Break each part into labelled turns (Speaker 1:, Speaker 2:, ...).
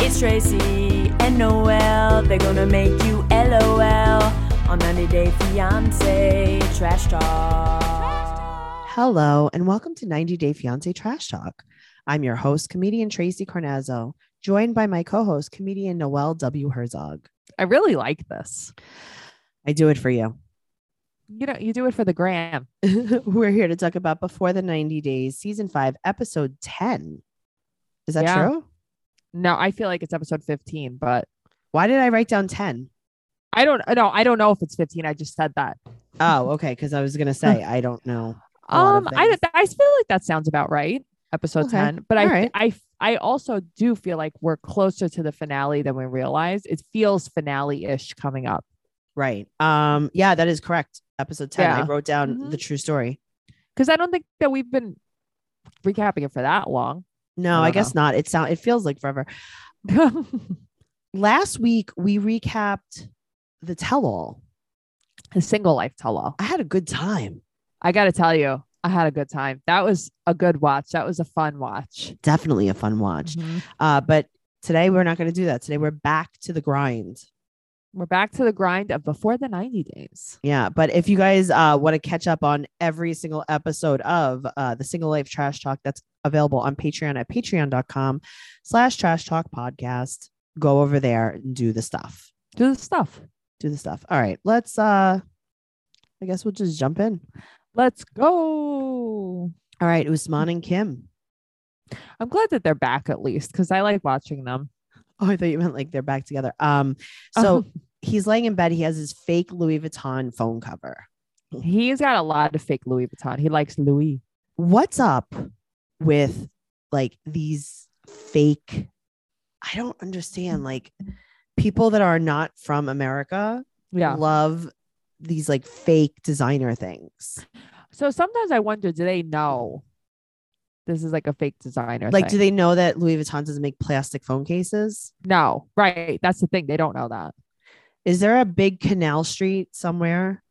Speaker 1: It's Tracy and Noel. They're gonna make you LOL on 90 Day Fiance Trash Talk.
Speaker 2: Hello, and welcome to 90 Day Fiancé Trash Talk. I'm your host, comedian Tracy Carnazzo, joined by my co host, comedian Noelle W. Herzog.
Speaker 3: I really like this.
Speaker 2: I do it for you.
Speaker 3: You know, you do it for the gram.
Speaker 2: We're here to talk about Before the 90 Days, Season 5, Episode 10. Is that
Speaker 3: Yeah.
Speaker 2: true?
Speaker 3: No, I feel like it's episode 15, but
Speaker 2: Why did I write down 10?
Speaker 3: I don't know. I don't know if it's 15. I just said that.
Speaker 2: Oh, okay. Because I was going to say, I don't know. A lot of
Speaker 3: Um, I
Speaker 2: things.
Speaker 3: I feel like that sounds about right. Episode
Speaker 2: Okay.
Speaker 3: 10, but I
Speaker 2: All right.
Speaker 3: I I also do feel like we're closer to the finale than we realize. It feels finale-ish coming up.
Speaker 2: Right. Um, yeah, that is correct. Episode 10. I
Speaker 3: Yeah.
Speaker 2: wrote down
Speaker 3: Mhm.
Speaker 2: the true story.
Speaker 3: Cuz I don't think that we've been recapping it for that long.
Speaker 2: No,
Speaker 3: I
Speaker 2: I,
Speaker 3: don't
Speaker 2: guess not. It sound it feels like forever. Last week we recapped the tell all.
Speaker 3: A single life tell all.
Speaker 2: I had a good time.
Speaker 3: I got to tell you, I had a good time. That was a good watch. That was a fun watch.
Speaker 2: Definitely a fun watch. Uh, but today we're not going to do that. Today we're back to the grind.
Speaker 3: We're back to the grind of before the 90 days.
Speaker 2: Yeah. But if you guys uh, want to catch up on every single episode of uh, the Single Life Trash Talk, that's available on Patreon at patreon.com slash trash talk podcast. Go over there and do the stuff.
Speaker 3: Do the stuff.
Speaker 2: Do the stuff. All right. Let's, uh, I guess we'll just jump in.
Speaker 3: Let's go.
Speaker 2: All right. Usman and Kim.
Speaker 3: I'm glad that they're back at least because I like watching them.
Speaker 2: Oh, I thought you meant like they're back together. Um,
Speaker 3: Uh-huh.
Speaker 2: so he's laying in bed. He has his fake Louis Vuitton phone cover.
Speaker 3: he's got a lot of fake Louis Vuitton. He likes Louis.
Speaker 2: What's up with like these fake? I don't understand. Like people that are not from America
Speaker 3: Yeah.
Speaker 2: love these like fake designer things.
Speaker 3: So sometimes I wonder do they know this is like a fake designer?
Speaker 2: Like, do
Speaker 3: thing?
Speaker 2: they know that Louis Vuitton doesn't make plastic phone cases?
Speaker 3: No, right. That's the thing. They don't know that.
Speaker 2: Is there a big canal street somewhere?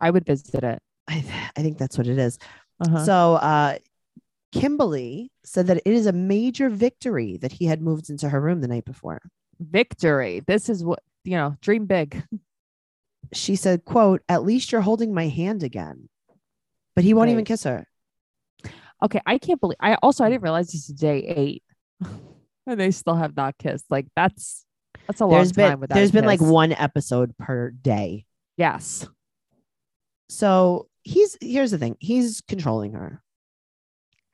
Speaker 3: I would visit it.
Speaker 2: I, I think that's what it is.
Speaker 3: Uh-huh.
Speaker 2: So uh, Kimberly said that it is a major victory that he had moved into her room the night before.
Speaker 3: Victory. This is what, you know, dream big.
Speaker 2: She said, quote, at least you're holding my hand again. But he won't even
Speaker 3: Right.
Speaker 2: kiss her.
Speaker 3: Okay, I can't believe. I also I didn't realize this is day eight, and they still have not kissed. Like that's that's a long
Speaker 2: There's
Speaker 3: time
Speaker 2: been
Speaker 3: without.
Speaker 2: there's
Speaker 3: a
Speaker 2: been like
Speaker 3: kiss.
Speaker 2: one episode per day.
Speaker 3: Yes,
Speaker 2: So he's here's the thing. He's controlling her.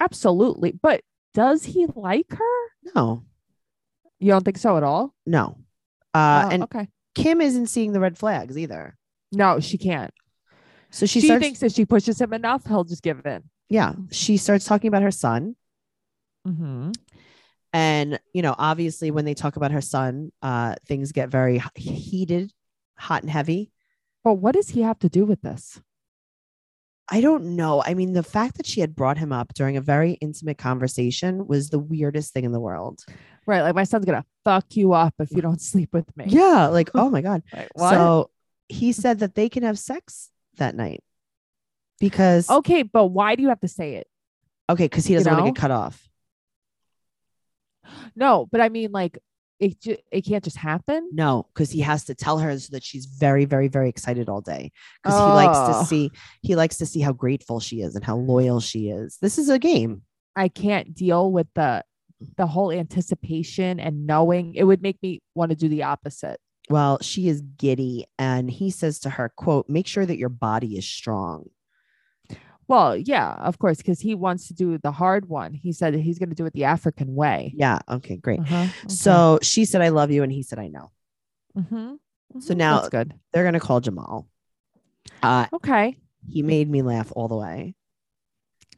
Speaker 3: absolutely. But does he like her?
Speaker 2: No,
Speaker 3: You don't think so at all?
Speaker 2: no. Uh,
Speaker 3: Oh,
Speaker 2: and
Speaker 3: okay,
Speaker 2: Kim isn't seeing the red flags either.
Speaker 3: no, she can't.
Speaker 2: So she,
Speaker 3: She,
Speaker 2: starts
Speaker 3: thinks if she pushes him enough, he'll just give in.
Speaker 2: yeah, she starts talking about her son.
Speaker 3: Mm-hmm.
Speaker 2: And, you know, obviously when they talk about her son, uh, things get very h- heated, hot and heavy.
Speaker 3: But what does he have to do with this?
Speaker 2: I don't know. I mean, the fact that she had brought him up during a very intimate conversation was the weirdest thing in the world.
Speaker 3: Right, like my son's gonna fuck you up if you don't sleep with me.
Speaker 2: Yeah. Like, oh my God.
Speaker 3: Like, what?
Speaker 2: So he said that they can have sex that night because, okay,
Speaker 3: okay, but why do you have to say it?
Speaker 2: because he
Speaker 3: Oh, you
Speaker 2: doesn't want
Speaker 3: know?
Speaker 2: to get cut off.
Speaker 3: No, but I mean, like it. Ju- it can't just happen.
Speaker 2: No, because he has to tell her so that she's very, very, very excited all day. Because he likes
Speaker 3: Oh.
Speaker 2: to see he likes to see how grateful she is and how loyal she is. This is a game.
Speaker 3: I can't deal with the the whole anticipation and knowing it would make me want to do the opposite.
Speaker 2: Well, she is giddy and he says to her, quote, make sure that your body is strong.
Speaker 3: Well, yeah, of course, because he wants to do the hard one. He said that he's going to do it the African way.
Speaker 2: Yeah. Okay, great.
Speaker 3: Uh-huh, okay.
Speaker 2: So she said, I love you. And he said, I know.
Speaker 3: Mhm,
Speaker 2: So
Speaker 3: mhm,
Speaker 2: now-
Speaker 3: that's good.
Speaker 2: They're gonna call Jamal. Uh,
Speaker 3: Okay,
Speaker 2: he made me laugh all the way.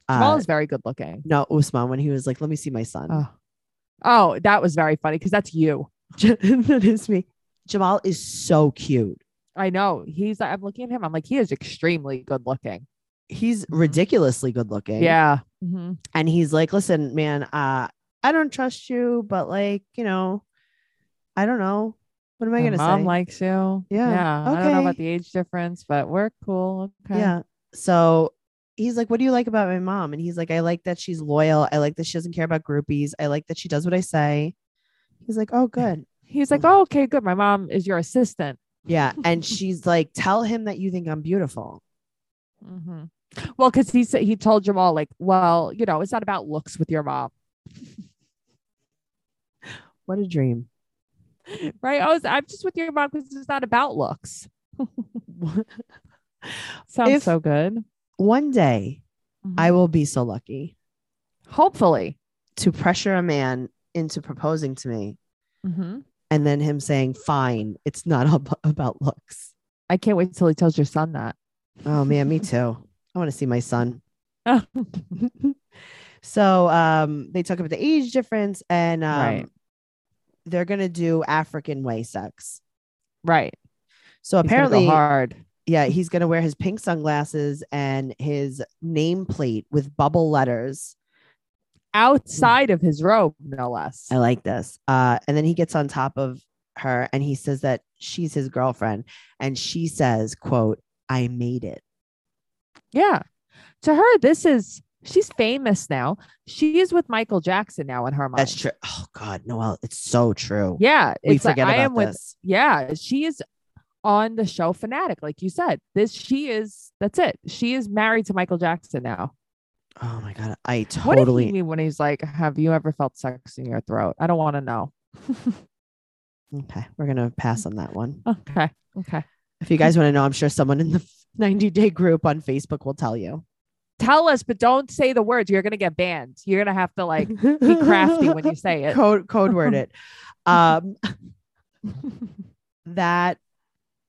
Speaker 2: Uh,
Speaker 3: Jamal is very good looking.
Speaker 2: no, Usman, when he was like, Let me see my son.
Speaker 3: Oh, oh, that was very funny because that's you.
Speaker 2: that is me. Jamal is so cute.
Speaker 3: I know he's. I'm looking at him. I'm like, he is extremely good looking.
Speaker 2: He's
Speaker 3: Mhm.
Speaker 2: ridiculously good looking.
Speaker 3: Yeah. hmm
Speaker 2: and he's like listen man uh i don't trust you but like you know i don't know what am i gonna
Speaker 3: mom
Speaker 2: say
Speaker 3: likes you.
Speaker 2: Yeah,
Speaker 3: I don't know about
Speaker 2: okay.
Speaker 3: the age difference, but we're cool. Okay.
Speaker 2: yeah so he's like what do you like about my mom and he's like i like that she's loyal i like that she doesn't care about groupies i like that she does what i say He's like, oh, good.
Speaker 3: He's like, oh, okay, good. My mom is your assistant.
Speaker 2: Yeah. And she's like, tell him that you think I'm beautiful.
Speaker 3: hmm Well, because he said he told Jamal like, well, you know, it's not about looks with your mom,
Speaker 2: What a dream.
Speaker 3: right? I was, I'm just with your mom because it's not about looks. Sounds
Speaker 2: If-
Speaker 3: so good.
Speaker 2: One day I will be so lucky
Speaker 3: Mm-hmm. Hopefully.
Speaker 2: to pressure a man into proposing to me
Speaker 3: Mhm.
Speaker 2: and then him saying, fine, it's not ab- about looks.
Speaker 3: I can't wait till he tells your son that.
Speaker 2: Oh, man, me too. I want to see my son.
Speaker 3: Oh.
Speaker 2: So um, they talk about the age difference and um,
Speaker 3: Right.
Speaker 2: they're going to do African way sex.
Speaker 3: right.
Speaker 2: So
Speaker 3: He's gonna go
Speaker 2: apparently,
Speaker 3: hard.
Speaker 2: yeah, he's going to wear his pink sunglasses and his nameplate with bubble letters.
Speaker 3: outside of his robe, no less.
Speaker 2: I like this. Uh, and then he gets on top of her and he says that she's his girlfriend. And she says, quote, I made it.
Speaker 3: Yeah. To her, this is she's famous now. She is with Michael Jackson now in her mind.
Speaker 2: That's true. Oh, God, Noel, it's so true.
Speaker 3: Yeah.
Speaker 2: we
Speaker 3: it's like,
Speaker 2: forget about
Speaker 3: I am with
Speaker 2: this.
Speaker 3: yeah, she is on the show fanatic, like you said. This she is that's it. She is married to Michael Jackson now.
Speaker 2: Oh, my God. I
Speaker 3: What did
Speaker 2: totally.
Speaker 3: he mean when he's like, Have you ever felt sex in your throat? I don't want to know.
Speaker 2: Okay, we're going to pass on that one.
Speaker 3: Okay. Okay.
Speaker 2: If you guys want to know, I'm sure someone in the 90 day group on Facebook will tell you.
Speaker 3: Tell us, but don't say the words. You're gonna get banned. You're gonna have to like be crafty when you say it.
Speaker 2: code code word it. Um, that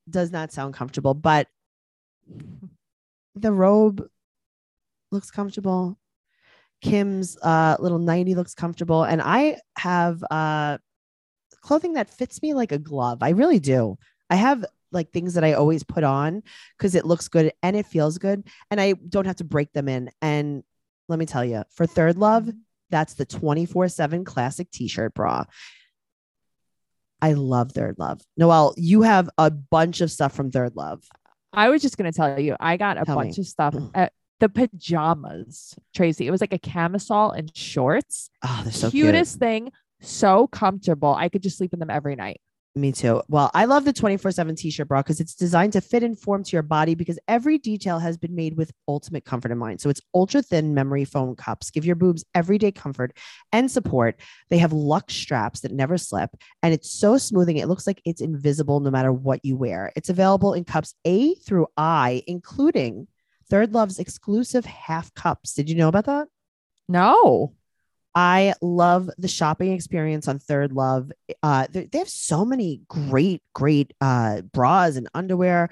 Speaker 2: does not sound comfortable, but the robe looks comfortable. Kim's uh, little nighty looks comfortable, and I have uh, clothing that fits me like a glove. I really do. I have like things that I always put on because it looks good and it feels good, and I don't have to break them in. And let me tell you, for third love, that's the 24 7 classic t shirt bra. I love Third Love. Noelle, you have a bunch of stuff from Third Love.
Speaker 3: I was just gonna tell you, I got a
Speaker 2: Tell
Speaker 3: bunch
Speaker 2: me.
Speaker 3: of stuff.
Speaker 2: Mm.
Speaker 3: At the pajamas, Tracy. It was like a camisole and shorts.
Speaker 2: Oh, they're so
Speaker 3: Cutest thing, so comfortable. I could just sleep in them every night.
Speaker 2: cute. Me too. Well, I love the 24 7 t shirt bra because it's designed to fit and form to your body because every detail has been made with ultimate comfort in mind. So it's ultra thin memory foam cups give your boobs everyday comfort and support. They have luxe straps that never slip, and it's so smoothing. It looks like it's invisible no matter what you wear. It's available in cups A through I, including Third Love's exclusive half cups. Did you know about that?
Speaker 3: No.
Speaker 2: I love the shopping experience on Third Love. Uh, they they have so many great, great uh, bras and underwear.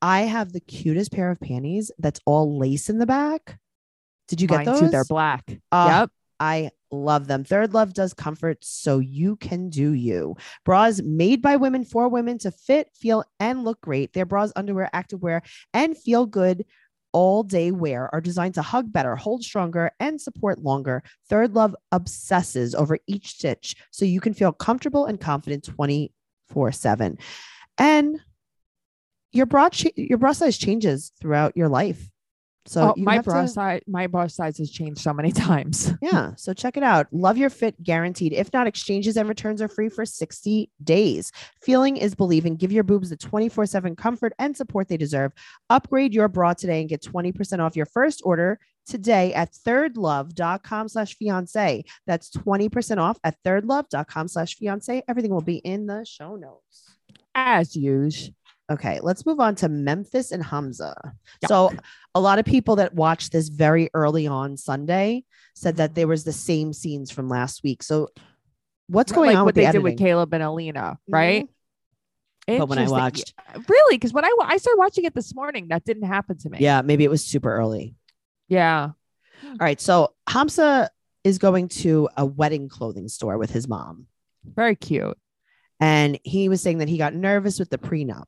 Speaker 2: I have the cutest pair of panties that's all lace in the back. Did you get
Speaker 3: Mine
Speaker 2: those?
Speaker 3: Too, they're black.
Speaker 2: Uh,
Speaker 3: yep.
Speaker 2: I love them. Third Love does comfort so you can do you. Bras made by women for women to fit, feel, and look great. Their bras, underwear, activewear, and feel good all day wear are designed to hug better, hold stronger, and support longer. Third Love obsesses over each stitch so you can feel comfortable and confident 24 7. And your bra, cha- your bra size changes throughout your life. So
Speaker 3: oh,
Speaker 2: you
Speaker 3: my
Speaker 2: have
Speaker 3: bra
Speaker 2: to-
Speaker 3: size, my bra size has changed so many times.
Speaker 2: yeah. So check it out. Love your fit guaranteed. If not, exchanges and returns are free for 60 days. Feeling is believing. Give your boobs the 24 7 comfort and support they deserve. Upgrade your bra today and get 20% off your first order today at thirdlove.com slash fiance. That's 20% off at thirdlove.com slash fiance. Everything will be in the show notes.
Speaker 3: As usual.
Speaker 2: Okay, let's move on to Memphis and Hamza.
Speaker 3: Yeah.
Speaker 2: So, a lot of people that watched this very early on Sunday said
Speaker 3: Mm-hmm.
Speaker 2: that there was the same scenes from last week. So, what's going
Speaker 3: like
Speaker 2: on
Speaker 3: what
Speaker 2: with
Speaker 3: they
Speaker 2: the
Speaker 3: did with
Speaker 2: editing? Mm-hmm.
Speaker 3: Caleb and Alina, right?
Speaker 2: But when I
Speaker 3: Interesting.
Speaker 2: watched,
Speaker 3: really, because when I wa- I started watching it this morning, that didn't happen to me.
Speaker 2: yeah, maybe it was super early.
Speaker 3: Yeah.
Speaker 2: All right, so Hamza is going to a wedding clothing store with his mom,
Speaker 3: Very cute.
Speaker 2: and he was saying that he got nervous with the prenup.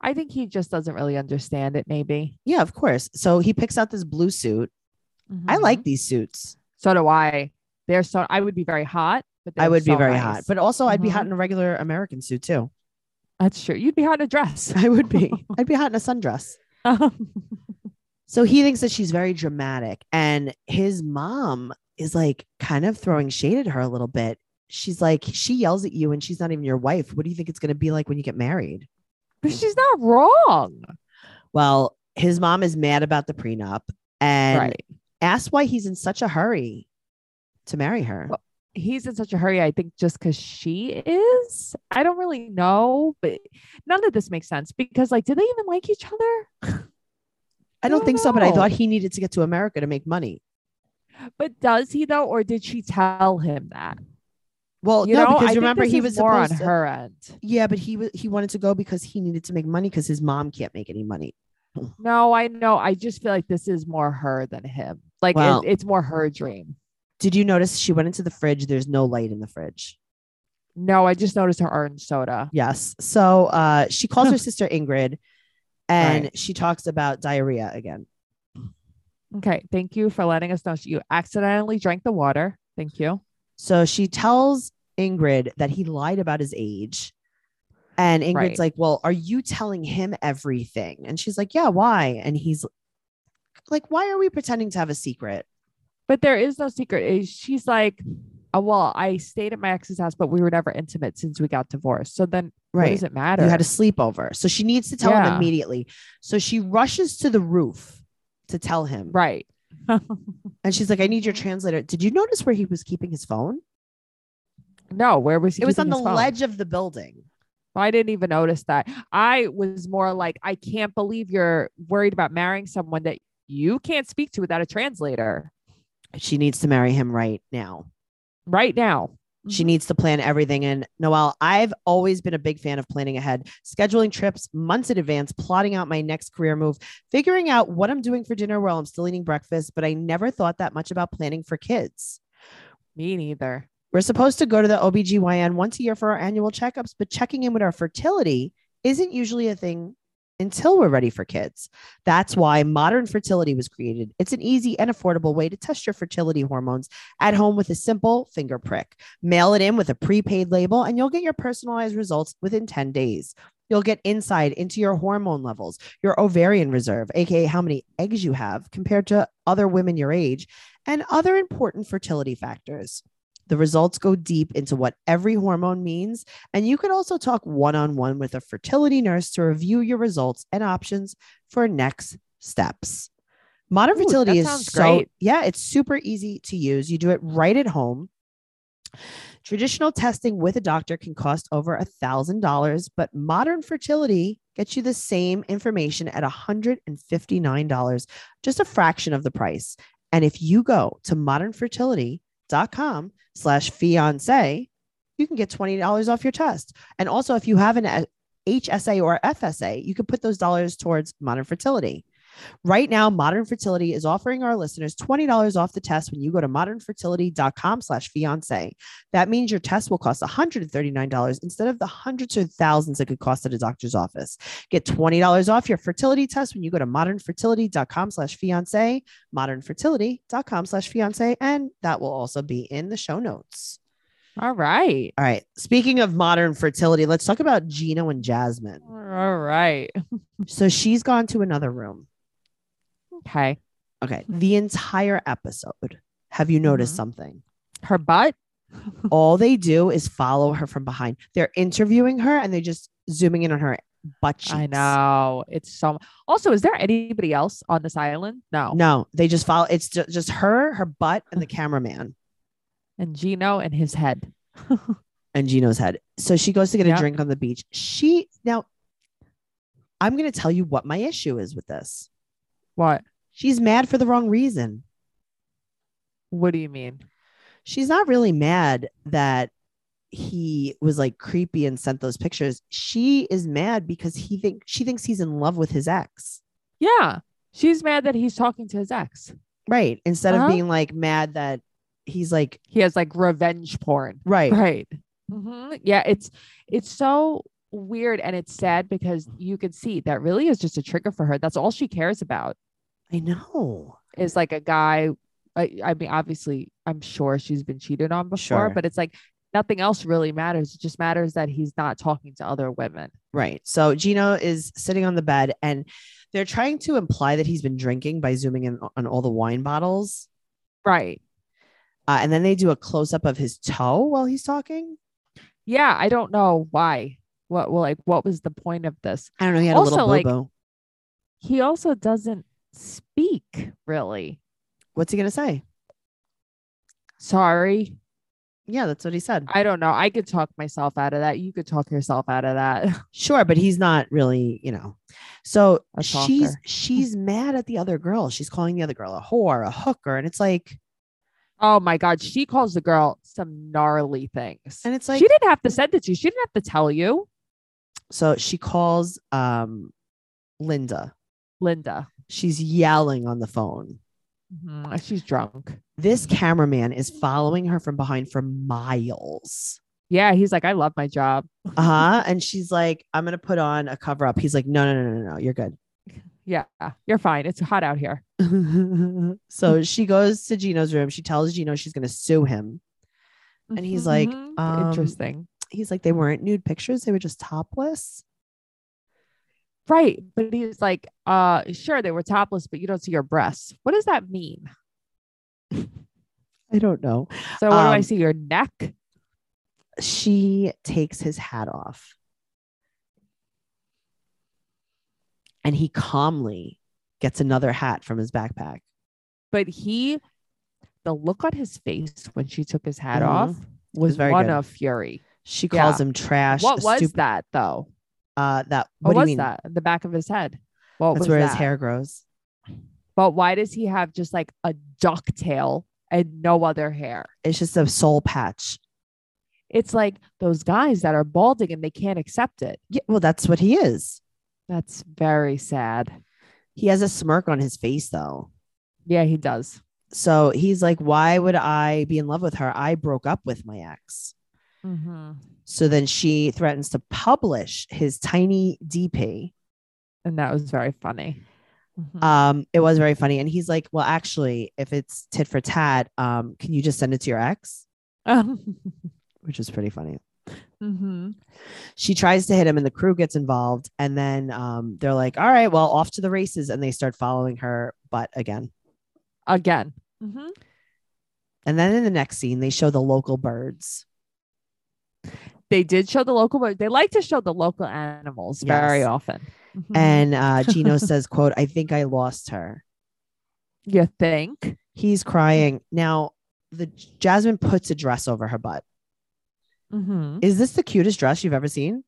Speaker 3: I think he just doesn't really understand it, maybe.
Speaker 2: Yeah, of course. So he picks out this blue suit. I
Speaker 3: Mhm.
Speaker 2: like these suits.
Speaker 3: So do I. They're so I would be very hot, but
Speaker 2: I
Speaker 3: they're
Speaker 2: would be
Speaker 3: so
Speaker 2: very
Speaker 3: nice.
Speaker 2: hot, but also I'd be
Speaker 3: Mhm.
Speaker 2: hot in a regular American suit too.
Speaker 3: that's true. You'd be hot in a dress. Um,
Speaker 2: I would be. I'd be hot in a sundress. So he thinks that she's very dramatic, and his mom is like kind of throwing shade at her a little bit she's like, she yells at you and she's not even your wife. What do you think it's going to be like when you get married?
Speaker 3: But she's not wrong.
Speaker 2: Well, his mom is mad about the prenup and
Speaker 3: right.
Speaker 2: asks why he's in such a hurry to marry her.
Speaker 3: Well- He's in such a hurry, I think, just because she is. I don't really know, but none of this makes sense because, like, do they even like each other?
Speaker 2: I don't
Speaker 3: don't
Speaker 2: think so, but I
Speaker 3: know.
Speaker 2: thought he needed to get to America to make money.
Speaker 3: but does he though, or did she tell him that?
Speaker 2: Well,
Speaker 3: You
Speaker 2: no,
Speaker 3: know, I
Speaker 2: because
Speaker 3: think
Speaker 2: remember
Speaker 3: this
Speaker 2: he
Speaker 3: is
Speaker 2: was
Speaker 3: more on
Speaker 2: supposed to,
Speaker 3: her end.
Speaker 2: Yeah, but he was he wanted to go because he needed to make money because his mom can't make any money.
Speaker 3: No, I know. I just feel like this is more her than him. Like, it-
Speaker 2: Well-
Speaker 3: it's more her dream.
Speaker 2: Did you notice she went into the fridge? There's no light in the fridge.
Speaker 3: No, I just noticed her orange soda.
Speaker 2: Yes. So uh, she calls her sister Ingrid, and she talks about diarrhea again.
Speaker 3: Okay, thank you for letting us know you accidentally drank the water. Thank you.
Speaker 2: So she tells Ingrid that he lied about his age. And Ingrid's
Speaker 3: Right.
Speaker 2: like, Well, are you telling him everything? And she's like, Yeah, why? And he's like, Why are we pretending to have a secret?
Speaker 3: But there is no secret. It- She's like, oh, well, I stayed at my ex's house, but we were never intimate since we got divorced. So then, what does it matter?
Speaker 2: You had a sleepover. So she needs to tell him
Speaker 3: Yeah.
Speaker 2: immediately. So she rushes to the roof to tell him.
Speaker 3: right.
Speaker 2: And she's like, I need your translator. Did you notice where he was keeping his phone?
Speaker 3: No, where was he?
Speaker 2: It was on
Speaker 3: keeping
Speaker 2: the
Speaker 3: his phone?
Speaker 2: ledge of the building.
Speaker 3: I didn't even notice that. I was more like, I can't believe you're worried about marrying someone that you can't speak to without a translator
Speaker 2: She needs to marry him right now.
Speaker 3: right now.
Speaker 2: She needs to plan everything. And Noelle, I've always been a big fan of planning ahead, scheduling trips months in advance, plotting out my next career move, figuring out what I'm doing for dinner while I'm still eating breakfast. But I never thought that much about planning for kids.
Speaker 3: Me neither.
Speaker 2: We're supposed to go to the OBGYN once a year for our annual checkups, but checking in with our fertility isn't usually a thing until we're ready for kids. That's why modern fertility was created. It's an easy and affordable way to test your fertility hormones at home with a simple finger prick. Mail it in with a prepaid label, and you'll get your personalized results within 10 days. You'll get insight into your hormone levels, your ovarian reserve, aka how many eggs you have compared to other women your age, and other important fertility factors. The results go deep into what every hormone means. And you can also talk one on one with a fertility nurse to review your results and options for next steps. Modern
Speaker 3: Ooh,
Speaker 2: fertility
Speaker 3: that
Speaker 2: is
Speaker 3: sounds
Speaker 2: so,
Speaker 3: great.
Speaker 2: yeah, it's super easy to use. You do it right at home. Traditional testing with a doctor can cost over a $1,000, but modern fertility gets you the same information at $159, just a fraction of the price. And if you go to modernfertility.com slash fiance, you can get $20 off your test. And also, if you have an uh, HSA or FSA, you can put those dollars towards modern fertility. Right now, Modern Fertility is offering our listeners $20 off the test when you go to modernfertility.com slash fiance. That means your test will cost $139 instead of the hundreds or thousands it could cost at a doctor's office. Get $20 off your fertility test when you go to modernfertility.com slash fiance, modernfertility.com slash fiance, and that will also be in the show notes.
Speaker 3: All right.
Speaker 2: All right. Speaking of modern fertility, let's talk about Gino and Jasmine.
Speaker 3: All right.
Speaker 2: So she's gone to another room.
Speaker 3: Okay.
Speaker 2: Okay. The entire episode. Have you noticed
Speaker 3: Mhm.
Speaker 2: something?
Speaker 3: Her butt.
Speaker 2: All they do is follow her from behind. They're interviewing her and they're just zooming in on her butt cheeks.
Speaker 3: I know. It's so. Also, is there anybody else on this island? No.
Speaker 2: No, they just follow. It's ju- just her, her butt, and the cameraman
Speaker 3: And Gino and his head.
Speaker 2: and Gino's head. So she goes to get a
Speaker 3: Yeah.
Speaker 2: drink on the beach. She now, I'm going to tell you what my issue is with this.
Speaker 3: What?
Speaker 2: She's mad for the wrong reason.
Speaker 3: What do you mean?
Speaker 2: she's not really mad that he was like creepy and sent those pictures. She is mad because he think she thinks he's in love with his ex.
Speaker 3: Yeah. She's mad that he's talking to his ex.
Speaker 2: Right. Instead of
Speaker 3: Uh-huh.
Speaker 2: being like mad that he's like
Speaker 3: He has like revenge porn.
Speaker 2: right.
Speaker 3: Right. Mhm. Yeah. It's it's so weird and it's sad because you can see that really is just a trigger for her. That's all she cares about
Speaker 2: I know.
Speaker 3: is like a guy. I, I mean, obviously, I'm sure she's been cheated on before,
Speaker 2: Sure.
Speaker 3: but it's like nothing else really matters. It just matters that he's not talking to other women.
Speaker 2: Right. So Gino is sitting on the bed and they're trying to imply that he's been drinking by zooming in on all the wine bottles.
Speaker 3: Right.
Speaker 2: Uh, and then they do a close up of his toe while he's talking.
Speaker 3: Yeah, I don't know why. What well, like what was the point of this?
Speaker 2: I don't know. He had a
Speaker 3: Also,
Speaker 2: little
Speaker 3: like-
Speaker 2: boo boo.
Speaker 3: He also doesn't speak really.
Speaker 2: What's he gonna say?
Speaker 3: Sorry.
Speaker 2: Yeah, that's what he said.
Speaker 3: I don't know. I could talk myself out of that. You could talk yourself out of that.
Speaker 2: Sure, but he's not really, you know. So
Speaker 3: A
Speaker 2: she's
Speaker 3: talker.
Speaker 2: she's mad at the other girl. She's calling the other girl a whore, a hooker, and it's like,
Speaker 3: Oh my God. She calls the girl some gnarly things.
Speaker 2: and it's like,
Speaker 3: she didn't have to send it to you. She didn't have to tell you,
Speaker 2: so she calls um Linda.
Speaker 3: Linda.
Speaker 2: She's yelling on the phone. Mm-hmm.
Speaker 3: Mhm, She's drunk.
Speaker 2: This cameraman is following her from behind for miles.
Speaker 3: Yeah. He's like, I love my job.
Speaker 2: Uh huh. And she's like, I'm gonna put on a cover up. He's like, No, no, no, no, no, you're good.
Speaker 3: Yeah. You're fine. It's hot out here.
Speaker 2: so she goes to Gino's room. She tells Gino she's gonna sue him. And he's like,
Speaker 3: Mhm,
Speaker 2: um,
Speaker 3: interesting.
Speaker 2: He's like, they weren't nude pictures, they were just topless.
Speaker 3: Right. But he's like, uh, sure, they were topless, but you don't see your breasts. What does that mean?
Speaker 2: I don't know.
Speaker 3: So what do I
Speaker 2: Um,
Speaker 3: see? Your neck?
Speaker 2: She takes his hat off. And he calmly gets another hat from his backpack.
Speaker 3: But he the look on his face when she took his hat
Speaker 2: Mhm.
Speaker 3: off was,
Speaker 2: very
Speaker 3: one
Speaker 2: good.
Speaker 3: of fury.
Speaker 2: She
Speaker 3: Yeah.
Speaker 2: calls him trash.
Speaker 3: what
Speaker 2: a
Speaker 3: was
Speaker 2: stup-
Speaker 3: that though?
Speaker 2: Uh, that
Speaker 3: What,
Speaker 2: what,
Speaker 3: was
Speaker 2: do you mean?
Speaker 3: that? The back of his head. What
Speaker 2: That's
Speaker 3: was
Speaker 2: where
Speaker 3: that?
Speaker 2: his hair grows.
Speaker 3: But why does he have just like a ducktail and no other hair?
Speaker 2: It's just a soul patch.
Speaker 3: It's like those guys that are balding and they can't accept it.
Speaker 2: Yeah, well, that's what he is.
Speaker 3: That's very sad.
Speaker 2: He has a smirk on his face though.
Speaker 3: Yeah, he does.
Speaker 2: So he's like, why would I be in love with her? I broke up with my ex. Mm-hmm. So then she threatens to publish his tiny DP.
Speaker 3: And that was very funny. Mhm.
Speaker 2: Um, it was very funny. And he's like, Well, actually, if it's tit for tat, um, can you just send it to your ex?
Speaker 3: Mm-hmm.
Speaker 2: Which is pretty funny.
Speaker 3: Mhm.
Speaker 2: She tries to hit him and the crew gets involved. And then um, they're like, All right, well, off to the races. And they start following her butt again.
Speaker 3: Again.
Speaker 2: Mm-hmm.
Speaker 3: Mhm.
Speaker 2: And then in the next scene, they show the local birds.
Speaker 3: They did show the local, but they like to show the local animals very
Speaker 2: Yes.
Speaker 3: often. Mhm.
Speaker 2: And uh, Gino says, quote, I think I lost her.
Speaker 3: Mm-hmm. you think?
Speaker 2: He's crying. Now, the Jasmine puts a dress over her butt.
Speaker 3: Mhm.
Speaker 2: Is this the cutest dress you've ever seen?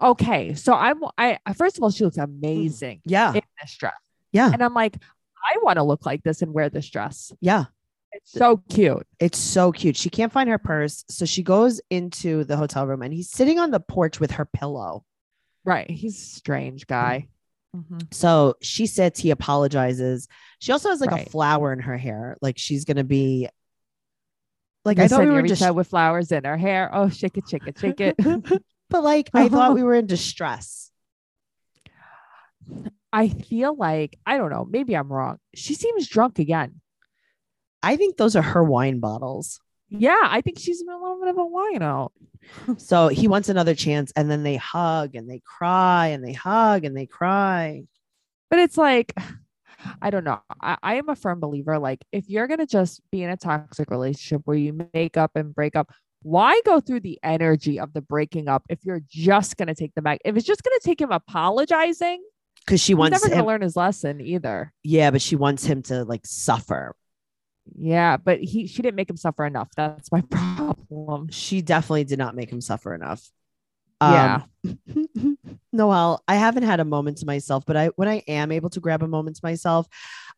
Speaker 3: Okay. So I'm, I, first of all, she looks amazing
Speaker 2: Mm. Yeah.
Speaker 3: in this dress.
Speaker 2: Yeah.
Speaker 3: And I'm like, I want to look like this and wear this dress.
Speaker 2: Yeah.
Speaker 3: It's so cute.
Speaker 2: It's so cute. She can't find her purse. So she goes into the hotel room and he's sitting on the porch with her pillow.
Speaker 3: Right. He's a strange
Speaker 2: Mm.
Speaker 3: guy.
Speaker 2: Mm-hmm.
Speaker 3: Mhm.
Speaker 2: So she sits, he apologizes. She also has like a
Speaker 3: Right.
Speaker 2: flower in her hair. Like she's going to be like,
Speaker 3: The
Speaker 2: I thought we were
Speaker 3: señorita
Speaker 2: just,
Speaker 3: with flowers in her hair. Oh, shake it, shake it, shake it.
Speaker 2: but like, I thought we were in distress.
Speaker 3: I feel like I don't know. Maybe I'm wrong. She seems drunk again.
Speaker 2: I think those are her wine bottles.
Speaker 3: Yeah, I think she's been a little bit of a wino.
Speaker 2: So he wants another chance. And then they hug and they cry and they hug and they cry.
Speaker 3: But it's like, I don't know. I, I am a firm believer. Like, if you're gonna just be in a toxic relationship where you make up and break up, why go through the energy of the breaking up if you're just gonna take them back? If it's just gonna take him apologizing,
Speaker 2: Cause she
Speaker 3: he's
Speaker 2: wants
Speaker 3: never gonna
Speaker 2: him.
Speaker 3: learn his lesson either.
Speaker 2: yeah. But she wants him to like suffer.
Speaker 3: Yeah, but he she didn't make him suffer enough. That's my problem.
Speaker 2: She definitely did not make him suffer enough.
Speaker 3: yeah.
Speaker 2: Noel, I haven't had a moment to myself, but I when I am able to grab a moment to myself,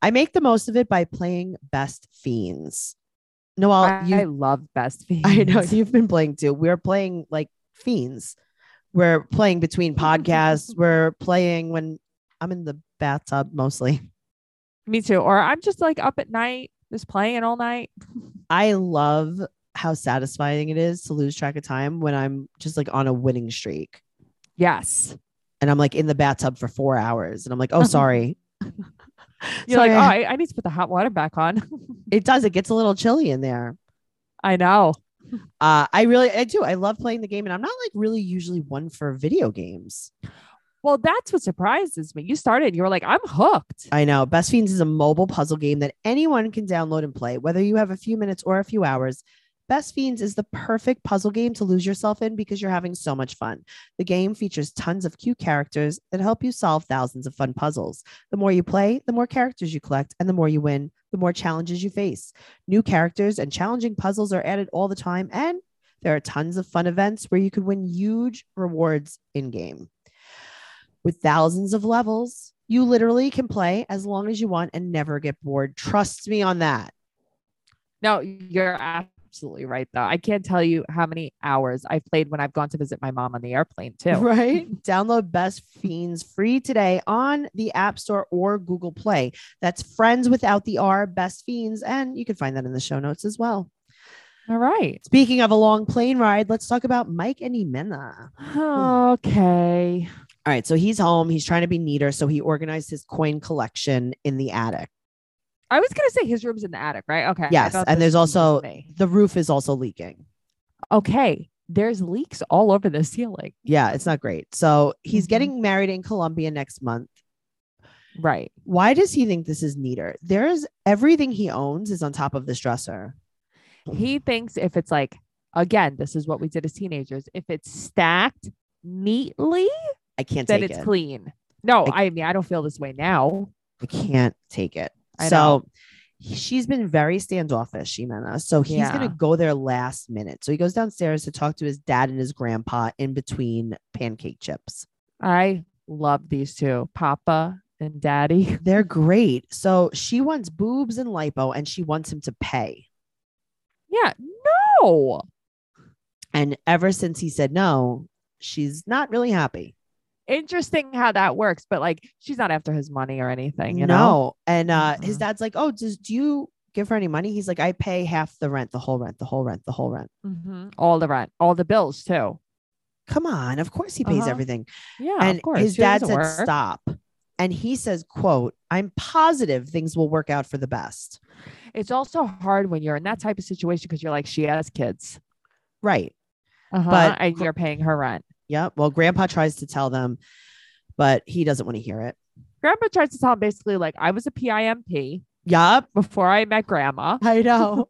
Speaker 2: I make the most of it by playing Best Fiends. Noel,
Speaker 3: I, I
Speaker 2: you
Speaker 3: love best fiends.
Speaker 2: I know you've been playing too. We're playing like fiends. We're playing between podcasts. We're playing when I'm in the bathtub mostly.
Speaker 3: Me too. Or I'm just like up at night, just playing all night.
Speaker 2: I love how satisfying it is to lose track of time when I'm just like on a winning streak
Speaker 3: Yes.
Speaker 2: and I'm like in the bathtub for four hours and I'm like, oh, sorry.
Speaker 3: You're
Speaker 2: Sorry,
Speaker 3: like,
Speaker 2: I-
Speaker 3: oh, I, I need to put the hot water back on.
Speaker 2: It does. It gets a little chilly in there.
Speaker 3: I know.
Speaker 2: Uh, I really, I do. I love playing the game, and I'm not like really usually one for video games.
Speaker 3: Well, that's what surprises me. You started, and you were like, I'm hooked.
Speaker 2: I know. Best Fiends is a mobile puzzle game that anyone can download and play, whether you have a few minutes or a few hours. Best Fiends is the perfect puzzle game to lose yourself in because you're having so much fun. The game features tons of cute characters that help you solve thousands of fun puzzles. The more you play, the more characters you collect, and the more you win, the more challenges you face. New characters and challenging puzzles are added all the time, and there are tons of fun events where you could win huge rewards in game. With thousands of levels, you literally can play as long as you want and never get bored. Trust me on that.
Speaker 3: No, you're absolutely right, though. I can't tell you how many hours I've played when I've gone to visit my mom on the airplane, too.
Speaker 2: Right? Download Best Fiends free today on the App Store or Google Play. That's friends without the R, Best Fiends. And you can find that in the show notes as well.
Speaker 3: All right.
Speaker 2: Speaking of a long plane ride, let's talk about Mike and Imena.
Speaker 3: Okay.
Speaker 2: All right. So he's home. He's trying to be neater. So he organized his coin collection in the attic.
Speaker 3: I was going to say his room's in the attic, right? Okay. I
Speaker 2: Yes,
Speaker 3: thought
Speaker 2: and
Speaker 3: this
Speaker 2: there's
Speaker 3: was
Speaker 2: also-
Speaker 3: me.
Speaker 2: The roof is also leaking.
Speaker 3: okay, there's leaks all over the ceiling.
Speaker 2: Yeah, it's not great. So he's
Speaker 3: Mhm.
Speaker 2: getting married in Colombia next month.
Speaker 3: Right.
Speaker 2: Why does he think this is neater? There's everything he owns is on top of this dresser.
Speaker 3: He thinks if it's like, again, this is what we did as teenagers, if it's stacked neatly,
Speaker 2: I can't
Speaker 3: then
Speaker 2: take
Speaker 3: it's
Speaker 2: it.
Speaker 3: clean. No,
Speaker 2: I-
Speaker 3: I, mean, I don't feel this way now.
Speaker 2: I can't take it.
Speaker 3: I
Speaker 2: so he- she's been very standoffish, Ximena. So he's
Speaker 3: Yeah.
Speaker 2: going to go there last minute. So he goes downstairs to talk to his dad and his grandpa in between pancake chips.
Speaker 3: I love these two, Papa and Daddy.
Speaker 2: They're great. So she wants boobs and lipo and she wants him to pay.
Speaker 3: Yeah. No,
Speaker 2: And ever since he said no, she's not really happy.
Speaker 3: interesting how that works, but like, she's not after his money or anything, you
Speaker 2: no.
Speaker 3: know?
Speaker 2: And uh, his
Speaker 3: Mhm.
Speaker 2: dad's like, Oh, does, do you give her any money? He's like, I pay half the rent, the whole rent, the whole rent, the whole rent.
Speaker 3: Mhm. All the rent, all the bills too.
Speaker 2: Come on. Of course he pays
Speaker 3: Uh-huh.
Speaker 2: everything.
Speaker 3: Yeah.
Speaker 2: and
Speaker 3: of course.
Speaker 2: his
Speaker 3: She
Speaker 2: dad
Speaker 3: doesn't
Speaker 2: said,
Speaker 3: work.
Speaker 2: Stop. And he says, quote, I'm positive things will work out for the best.
Speaker 3: It's also hard when you're in that type of situation because you're like, she has kids.
Speaker 2: Right.
Speaker 3: Uh-huh.
Speaker 2: But-
Speaker 3: and you're paying her rent.
Speaker 2: Yeah. Well, grandpa tries to tell them, but he doesn't want to hear it.
Speaker 3: Grandpa tries to tell him basically like I was a PIMP
Speaker 2: Yup.
Speaker 3: before I met grandma.
Speaker 2: I know.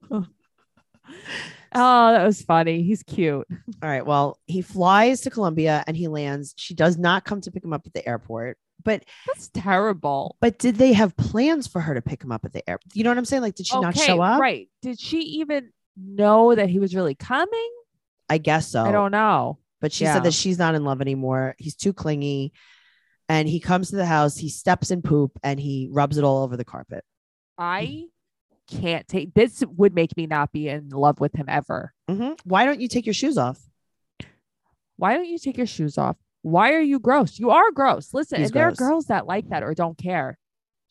Speaker 3: Oh, that was funny. He's cute.
Speaker 2: All right. Well, he flies to Colombia and he lands. She does not come to pick him up at the airport. But
Speaker 3: That's terrible.
Speaker 2: but did they have plans for her to pick him up at the airport? You know what I'm saying? Like, did she not
Speaker 3: Okay,
Speaker 2: show up?
Speaker 3: Right. Did she even know that he was really coming?
Speaker 2: I guess so.
Speaker 3: I don't know.
Speaker 2: but she
Speaker 3: Yeah.
Speaker 2: said that she's not in love anymore. He's too clingy. And he comes to the house, he steps in poop and he rubs it all over the carpet.
Speaker 3: I can't take this would make me not be in love with him ever.
Speaker 2: Mhm. Why don't you take your shoes off?
Speaker 3: Why don't you take your shoes off? Why are you gross? You are gross. Listen,
Speaker 2: He's
Speaker 3: and there
Speaker 2: gross.
Speaker 3: are girls that like that or don't care.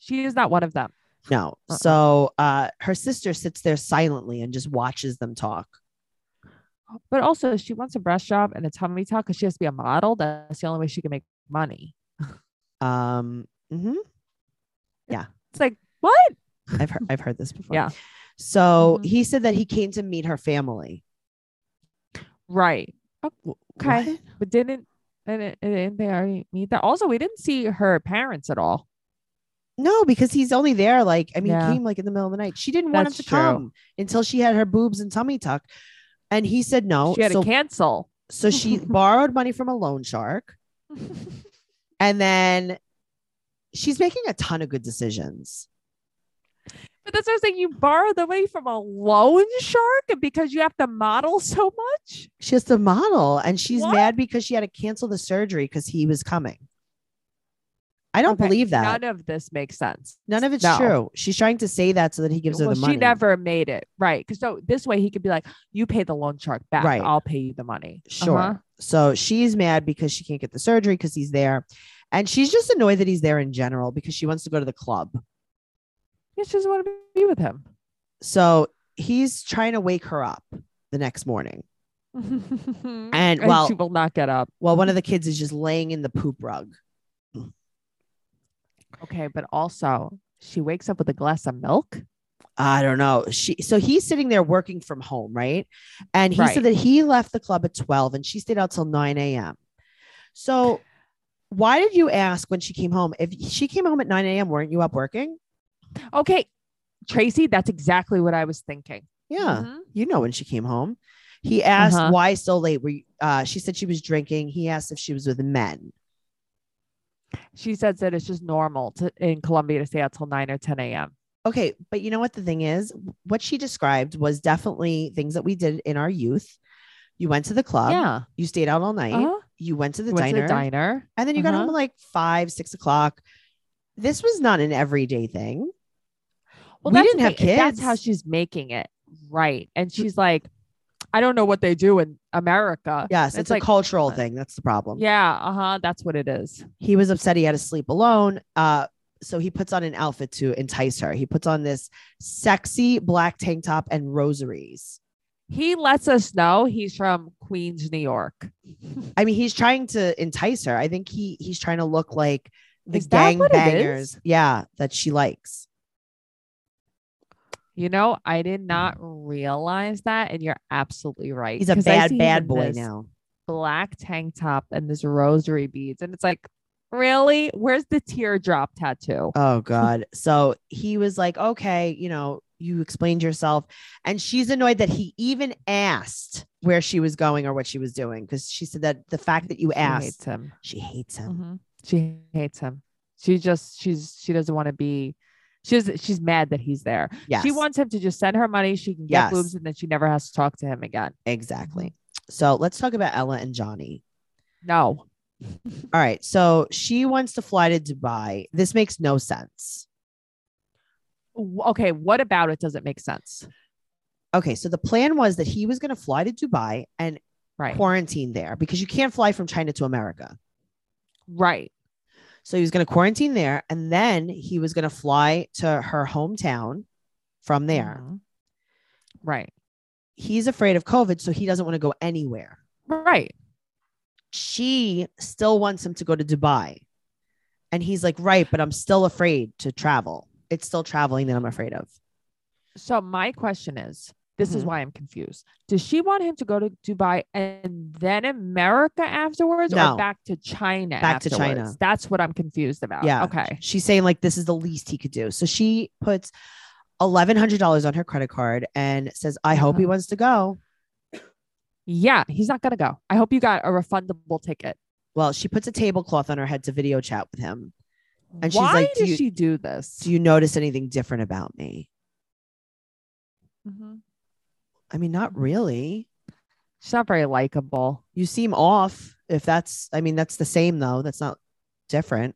Speaker 3: She is not one of them.
Speaker 2: No.
Speaker 3: Uh-uh.
Speaker 2: So uh, her sister sits there silently and just watches them talk.
Speaker 3: But also, she wants a breast job and a tummy tuck because she has to be a model. That's the only way she can make money.
Speaker 2: Um,
Speaker 3: Mm-hmm.
Speaker 2: mhm.
Speaker 3: It's like, what?
Speaker 2: I've, heard, I've heard this before.
Speaker 3: Yeah.
Speaker 2: So
Speaker 3: Mhm.
Speaker 2: he said that he came to meet her family.
Speaker 3: Right.
Speaker 2: W-
Speaker 3: Oh, Okay.
Speaker 2: what?
Speaker 3: But didn't, didn't, didn't they already meet that? Also, we didn't see her parents at all.
Speaker 2: No, because he's only there. Like, I mean,
Speaker 3: Yeah.
Speaker 2: he came like in the middle of the night. She didn't want him
Speaker 3: That's
Speaker 2: to
Speaker 3: true.
Speaker 2: come until she had her boobs and tummy tuck. And he said no.
Speaker 3: she had
Speaker 2: so,
Speaker 3: to cancel.
Speaker 2: so she borrowed money from a loan shark. And then she's making a ton of good decisions.
Speaker 3: But that's what I'm saying. You borrow the money from a loan shark because you have to model so much.
Speaker 2: She has to model and she's
Speaker 3: What?
Speaker 2: mad because she had to cancel the surgery because he was coming. I don't
Speaker 3: Okay,
Speaker 2: believe that.
Speaker 3: None of this makes sense.
Speaker 2: None of it's
Speaker 3: No.
Speaker 2: true. She's trying to say that so that he gives her
Speaker 3: well,
Speaker 2: the money.
Speaker 3: she never made it right. 'Cause So this way, he could be like, "You pay the loan shark back.
Speaker 2: Right.
Speaker 3: I'll pay you the money."
Speaker 2: Sure.
Speaker 3: Uh-huh.
Speaker 2: So she's mad because she can't get the surgery because he's there. And she's just annoyed that he's there in general because she wants to go to the club.
Speaker 3: Yeah, she doesn't want to be with him.
Speaker 2: So he's trying to wake her up the next morning.
Speaker 3: and,
Speaker 2: well-
Speaker 3: she will not get up.
Speaker 2: Well, one of the kids is just laying in the poop rug.
Speaker 3: Okay, but also she wakes up with a glass of milk.
Speaker 2: I don't know. She so he's sitting there working from home, right? And he
Speaker 3: Right.
Speaker 2: said that he left the club at 12 and she stayed out till 9 a.m. So Why did you ask when she came home? If she came home at 9 a.m., weren't you up working?
Speaker 3: Okay, Tracy, that's exactly what I was thinking.
Speaker 2: Yeah.
Speaker 3: Mhm.
Speaker 2: You know when she came home. He asked
Speaker 3: Uh-huh.
Speaker 2: why so late. Were you, uh, she said she was drinking. He asked if she was with men.
Speaker 3: She said that it's just normal to, in Colombia to stay out till 9 or 10 a.m.
Speaker 2: Okay, but you know what the thing is? What she described was definitely things that we did in our youth. You went to the club.
Speaker 3: yeah.
Speaker 2: You stayed out all night.
Speaker 3: Uh-huh.
Speaker 2: You went to Um, the,
Speaker 3: Went
Speaker 2: diner,
Speaker 3: to the diner.
Speaker 2: and then you got
Speaker 3: Uh-huh.
Speaker 2: home at like five, six o'clock. This was not an everyday thing. we
Speaker 3: Well, that's
Speaker 2: didn't
Speaker 3: the
Speaker 2: have
Speaker 3: thing,
Speaker 2: kids. Mm.
Speaker 3: is That's how she's making it. Right. And she's like, I don't know what they do in America.
Speaker 2: yes,
Speaker 3: It's
Speaker 2: it's,
Speaker 3: like- uh,
Speaker 2: a cultural thing. That's the problem.
Speaker 3: Yeah. Uh huh. That's what it is.
Speaker 2: he was upset he had to sleep alone. Uh, so he puts on an outfit to entice her. He puts on this sexy black tank top and rosaries.
Speaker 3: He lets us know he's from Queens, New York.
Speaker 2: I mean, he's trying to entice her. I think he he's trying to look like the
Speaker 3: Is that
Speaker 2: gang
Speaker 3: what it
Speaker 2: bangers.
Speaker 3: is?
Speaker 2: Yeah, that she likes.
Speaker 3: You know, I did not realize that. And you're absolutely right.
Speaker 2: He's a
Speaker 3: 'cause I
Speaker 2: bad
Speaker 3: see him
Speaker 2: bad
Speaker 3: in
Speaker 2: boy
Speaker 3: this
Speaker 2: now.
Speaker 3: Black tank top and this rosary beads. And it's like, really? Where's the teardrop tattoo?
Speaker 2: Oh God. So he was like, okay, you know, you explained yourself. And she's annoyed that he even asked where she was going or what she was doing. Cause she said that the fact that you
Speaker 3: She hates
Speaker 2: asked,
Speaker 3: him.
Speaker 2: she hates him.
Speaker 3: Mhm. She hates him. She just she's she doesn't want to be. She's she's mad that he's there.
Speaker 2: Yes.
Speaker 3: She wants him to just send her money. She can get boobs,
Speaker 2: Yes.
Speaker 3: and then she never has to talk to him again.
Speaker 2: Exactly. So let's talk about Ella and Johnny.
Speaker 3: No,
Speaker 2: All right. So she wants to fly to Dubai. This makes no sense.
Speaker 3: W- okay. What about it? Doesn't make sense,
Speaker 2: Okay. So the plan was that he was going to fly to Dubai and
Speaker 3: right?
Speaker 2: quarantine there because you can't fly from China to America.
Speaker 3: right.
Speaker 2: So he was going to quarantine there and then he was going to fly to her hometown from there.
Speaker 3: Mhm. Right.
Speaker 2: He's afraid of COVID. So he doesn't want to go anywhere.
Speaker 3: Right.
Speaker 2: She still wants him to go to Dubai. And he's like, right, but I'm still afraid to travel. It's still traveling that I'm afraid of.
Speaker 3: So my question is. This is
Speaker 2: Mhm.
Speaker 3: why I'm confused. Does she want him to go to Dubai and then America afterwards
Speaker 2: No.
Speaker 3: or back to China?
Speaker 2: Back to China.
Speaker 3: afterwards? That's what I'm confused about.
Speaker 2: Yeah.
Speaker 3: Okay.
Speaker 2: She's saying like this is the least he could do. So she puts eleven hundred dollars on her credit card and says, "I hope he
Speaker 3: Uh-huh.
Speaker 2: wants to go."
Speaker 3: Yeah, he's not gonna go. I hope you got a refundable ticket.
Speaker 2: Well, she puts a tablecloth on her head to video chat with him. And she's
Speaker 3: Why
Speaker 2: like, "Do
Speaker 3: does
Speaker 2: you-
Speaker 3: she do this?
Speaker 2: Do you notice anything different about me?
Speaker 3: Mhm.
Speaker 2: I mean, not really.
Speaker 3: She's not very likable.
Speaker 2: You seem off. If that's, I mean, that's the same though. That's not different.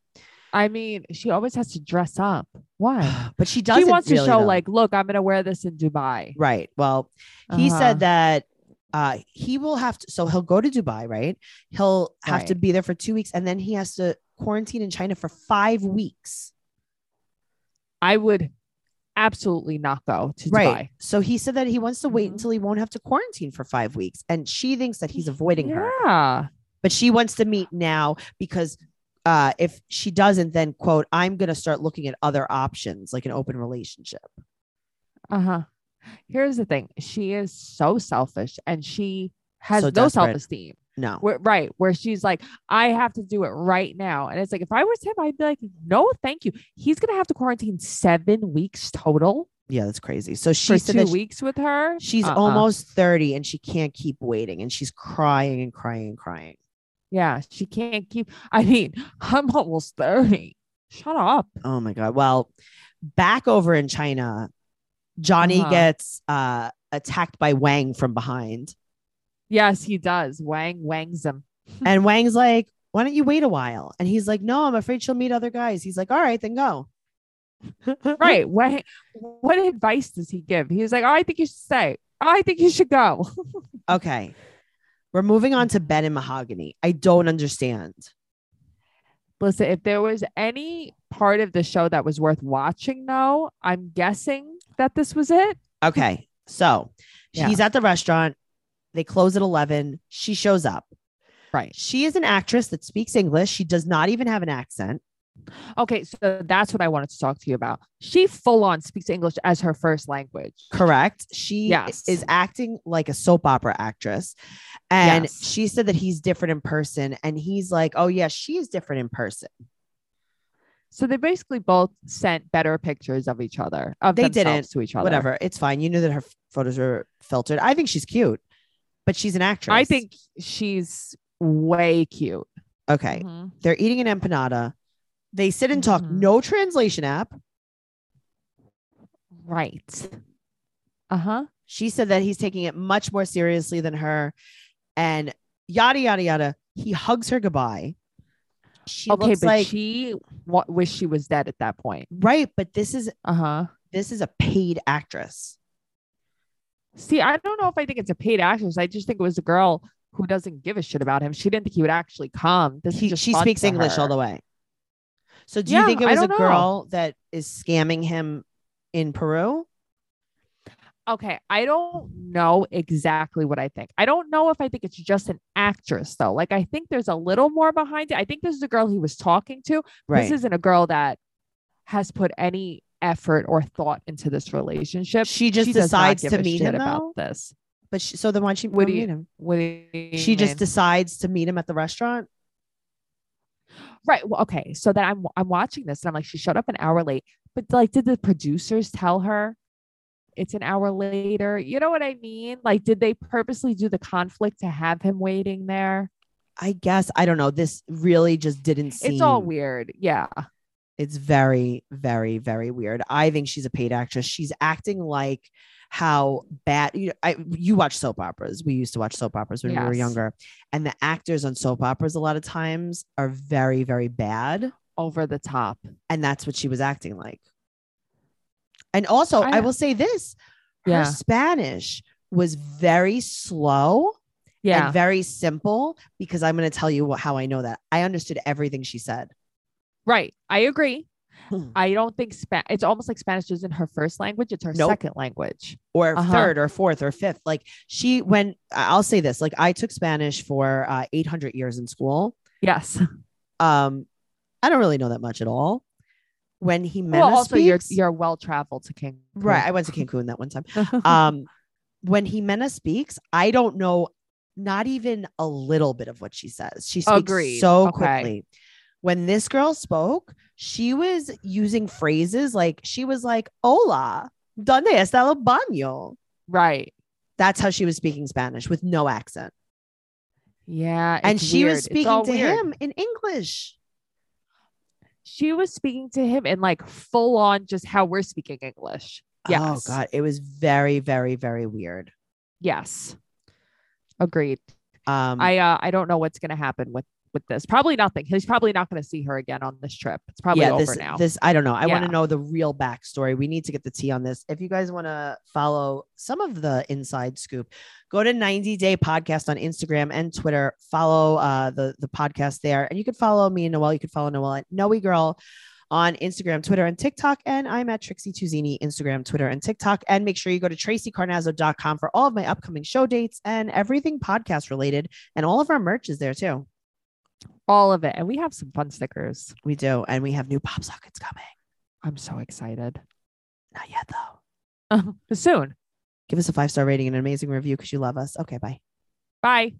Speaker 3: I mean, she always has to dress up. Why?
Speaker 2: But she doesn't.
Speaker 3: she wants to
Speaker 2: really,
Speaker 3: show,
Speaker 2: though.
Speaker 3: like, look, I'm gonna wear this in Dubai.
Speaker 2: right. Well, he
Speaker 3: Uh-huh.
Speaker 2: said that uh, he will have to so he'll go to dubai right he'll have to
Speaker 3: Right.
Speaker 2: be there for two weeks and then he has to quarantine in china for five weeks
Speaker 3: I would absolutely not go to Dubai.
Speaker 2: so he said that he wants to wait
Speaker 3: Mhm.
Speaker 2: until he won't have to quarantine for five weeks and she thinks that he's avoiding her
Speaker 3: Yeah.
Speaker 2: but she wants to meet now because uh, if she doesn't then quote i'm going to start looking at other options like an open relationship
Speaker 3: Uh-huh. Here's the thing. She is so selfish and she has
Speaker 2: So
Speaker 3: no
Speaker 2: desperate.
Speaker 3: self-esteem.
Speaker 2: no
Speaker 3: where, right where she's like i have to do it right now and it's like if i was him i'd be like no thank you he's gonna have to quarantine seven weeks total
Speaker 2: yeah that's crazy so she
Speaker 3: for
Speaker 2: said
Speaker 3: two
Speaker 2: that she-
Speaker 3: weeks with her
Speaker 2: She's
Speaker 3: Uh-uh.
Speaker 2: almost 30 and she can't keep waiting and she's crying and crying and crying.
Speaker 3: yeah she can't keep i mean i'm almost 30 shut up
Speaker 2: Oh my God. Well, back over in China, Johnny
Speaker 3: Uh-huh.
Speaker 2: gets uh, attacked by Wang from behind.
Speaker 3: yes he does wang wangs him
Speaker 2: and Wang's like, why don't you wait a while? And he's like, no, I'm afraid she'll meet other guys. He's like, all right, then go.
Speaker 3: right wang, what advice does he give he was like oh, i think you should stay i think you should go
Speaker 2: Okay. We're moving on to Ben and Mahogany. I don't understand.
Speaker 3: listen if there was any part of the show that was worth watching though i'm guessing that this was it
Speaker 2: Okay. So
Speaker 3: Yeah.
Speaker 2: he's at the restaurant. They close at 11. She shows up.
Speaker 3: right
Speaker 2: She is an actress that speaks English. She does not even have an accent.
Speaker 3: Okay, so that's what I wanted to talk to you about. She full on speaks English as her first language.
Speaker 2: Correct. She
Speaker 3: Yes.
Speaker 2: is acting like a soap opera actress. And
Speaker 3: Yes.
Speaker 2: she said that he's different in person. And he's like, oh, yeah, she is different in person.
Speaker 3: So they basically both sent better pictures of each other. Of
Speaker 2: They
Speaker 3: themselves to each other.
Speaker 2: Whatever. It's fine. You know that her f- photos are filtered. I think she's cute, but she's an actress.
Speaker 3: I think she's way cute.
Speaker 2: Okay.
Speaker 3: Mhm.
Speaker 2: They're eating an empanada. They sit and talk.
Speaker 3: Mhm.
Speaker 2: No translation app.
Speaker 3: Right. Uh huh.
Speaker 2: She said that he's taking it much more seriously than her. And yada, yada, yada. He hugs her goodbye. She
Speaker 3: Okay,
Speaker 2: looks
Speaker 3: but
Speaker 2: like,
Speaker 3: she wa- wish she was dead at that point.
Speaker 2: right. But this is
Speaker 3: Uh huh.
Speaker 2: this is a paid actress.
Speaker 3: See, I don't know if I think it's a paid actress. I just think it was a girl who doesn't give a shit about him. She didn't think he would actually come. This
Speaker 2: He-
Speaker 3: is just
Speaker 2: she
Speaker 3: fun
Speaker 2: speaks
Speaker 3: for
Speaker 2: English
Speaker 3: her.
Speaker 2: all the way. So do you
Speaker 3: Yeah,
Speaker 2: think it
Speaker 3: I
Speaker 2: was a
Speaker 3: don't know.
Speaker 2: girl that is scamming him in Peru?
Speaker 3: okay, I don't know exactly what I think. I don't know if I think it's just an actress though. Like I think there's a little more behind it. I think this is a girl he was talking to.
Speaker 2: Right.
Speaker 3: This isn't a girl that has put any effort or thought into this relationship.
Speaker 2: she just
Speaker 3: does not
Speaker 2: decides
Speaker 3: give
Speaker 2: to
Speaker 3: a
Speaker 2: meet
Speaker 3: shit
Speaker 2: him though.
Speaker 3: about this.
Speaker 2: But she, so then why'd she go
Speaker 3: What do you-
Speaker 2: meet him?
Speaker 3: What do you
Speaker 2: She just
Speaker 3: mean?
Speaker 2: decides to meet him at the restaurant.
Speaker 3: right. Well, okay, so then I'm I'm watching this and I'm like, she showed up an hour late, but like, did the producers tell her? It's an hour later. You know what I mean? Like, did they purposely do the conflict to have him waiting there?
Speaker 2: I guess I don't know. This really just didn't seem.
Speaker 3: It's all weird. Yeah.
Speaker 2: It's very, very, very weird. I think she's a paid actress. She's acting like how bad you know, I you watch soap operas. We used to watch soap operas when we were
Speaker 3: Yes.
Speaker 2: younger. And the actors on soap operas a lot of times are very, very bad.
Speaker 3: Over the top.
Speaker 2: And that's what she was acting like. And also, I,
Speaker 3: I-
Speaker 2: will say this
Speaker 3: Yeah.
Speaker 2: her Spanish was very slow
Speaker 3: Yeah.
Speaker 2: and very simple because I'm going to tell you wh- how I know that. I understood everything she said.
Speaker 3: right. I agree.
Speaker 2: Hmm.
Speaker 3: I don't think Spa- it's almost like Spanish isn't her first language, it's her
Speaker 2: Nope.
Speaker 3: second language.
Speaker 2: or
Speaker 3: Uh-huh.
Speaker 2: third or fourth or fifth. Like she, when I- I'll say this, like I took Spanish for uh, 800 years in school.
Speaker 3: Yes.
Speaker 2: Um, I don't really know that much at all. When he met,
Speaker 3: Well, also you're you're well traveled to King.
Speaker 2: right. I went to Cancun that one time.
Speaker 3: Cancun.
Speaker 2: Um, when Jimena speaks, I don't know not even a little bit of what she says. She speaks
Speaker 3: Agreed.
Speaker 2: so
Speaker 3: Okay.
Speaker 2: quickly. When this girl spoke, she was using phrases like she was like, "Hola, dónde está el baño?"
Speaker 3: right.
Speaker 2: That's how she was speaking Spanish with no accent.
Speaker 3: Yeah.
Speaker 2: and
Speaker 3: it's
Speaker 2: she
Speaker 3: weird.
Speaker 2: was
Speaker 3: It's
Speaker 2: speaking
Speaker 3: all
Speaker 2: to
Speaker 3: weird.
Speaker 2: him in English.
Speaker 3: She was speaking to him in like full on just how we're speaking English.
Speaker 2: Oh
Speaker 3: Yes.
Speaker 2: God. It was very, very, very weird.
Speaker 3: Yes. Agreed.
Speaker 2: Um
Speaker 3: I uh, I don't know what's gonna happen with with this. Probably nothing. He's probably not gonna see her again on this trip. It's probably over
Speaker 2: this,
Speaker 3: now.
Speaker 2: This I don't know. I want
Speaker 3: Yeah.
Speaker 2: to know the real backstory. We need to get the tea on this. If you guys want to follow some of the inside scoop, go to 90 Day Podcast on Instagram and Twitter. Follow uh, the the podcast there, and you can follow me and Noel. You can follow Noel at Noe Girl on Instagram, Twitter, and TikTok. And I'm at Trixie Tuzini, Instagram, Twitter, and TikTok. And make sure you go to TracyCarnazzo.com for all of my upcoming show dates and everything podcast related. And all of our merch is there too.
Speaker 3: all of it. And we have some fun stickers.
Speaker 2: We do. And we have new pop sockets coming.
Speaker 3: I'm so excited.
Speaker 2: Not yet, though.
Speaker 3: Soon.
Speaker 2: give us a five star rating and an amazing review because you love us. Okay, bye.
Speaker 3: Bye.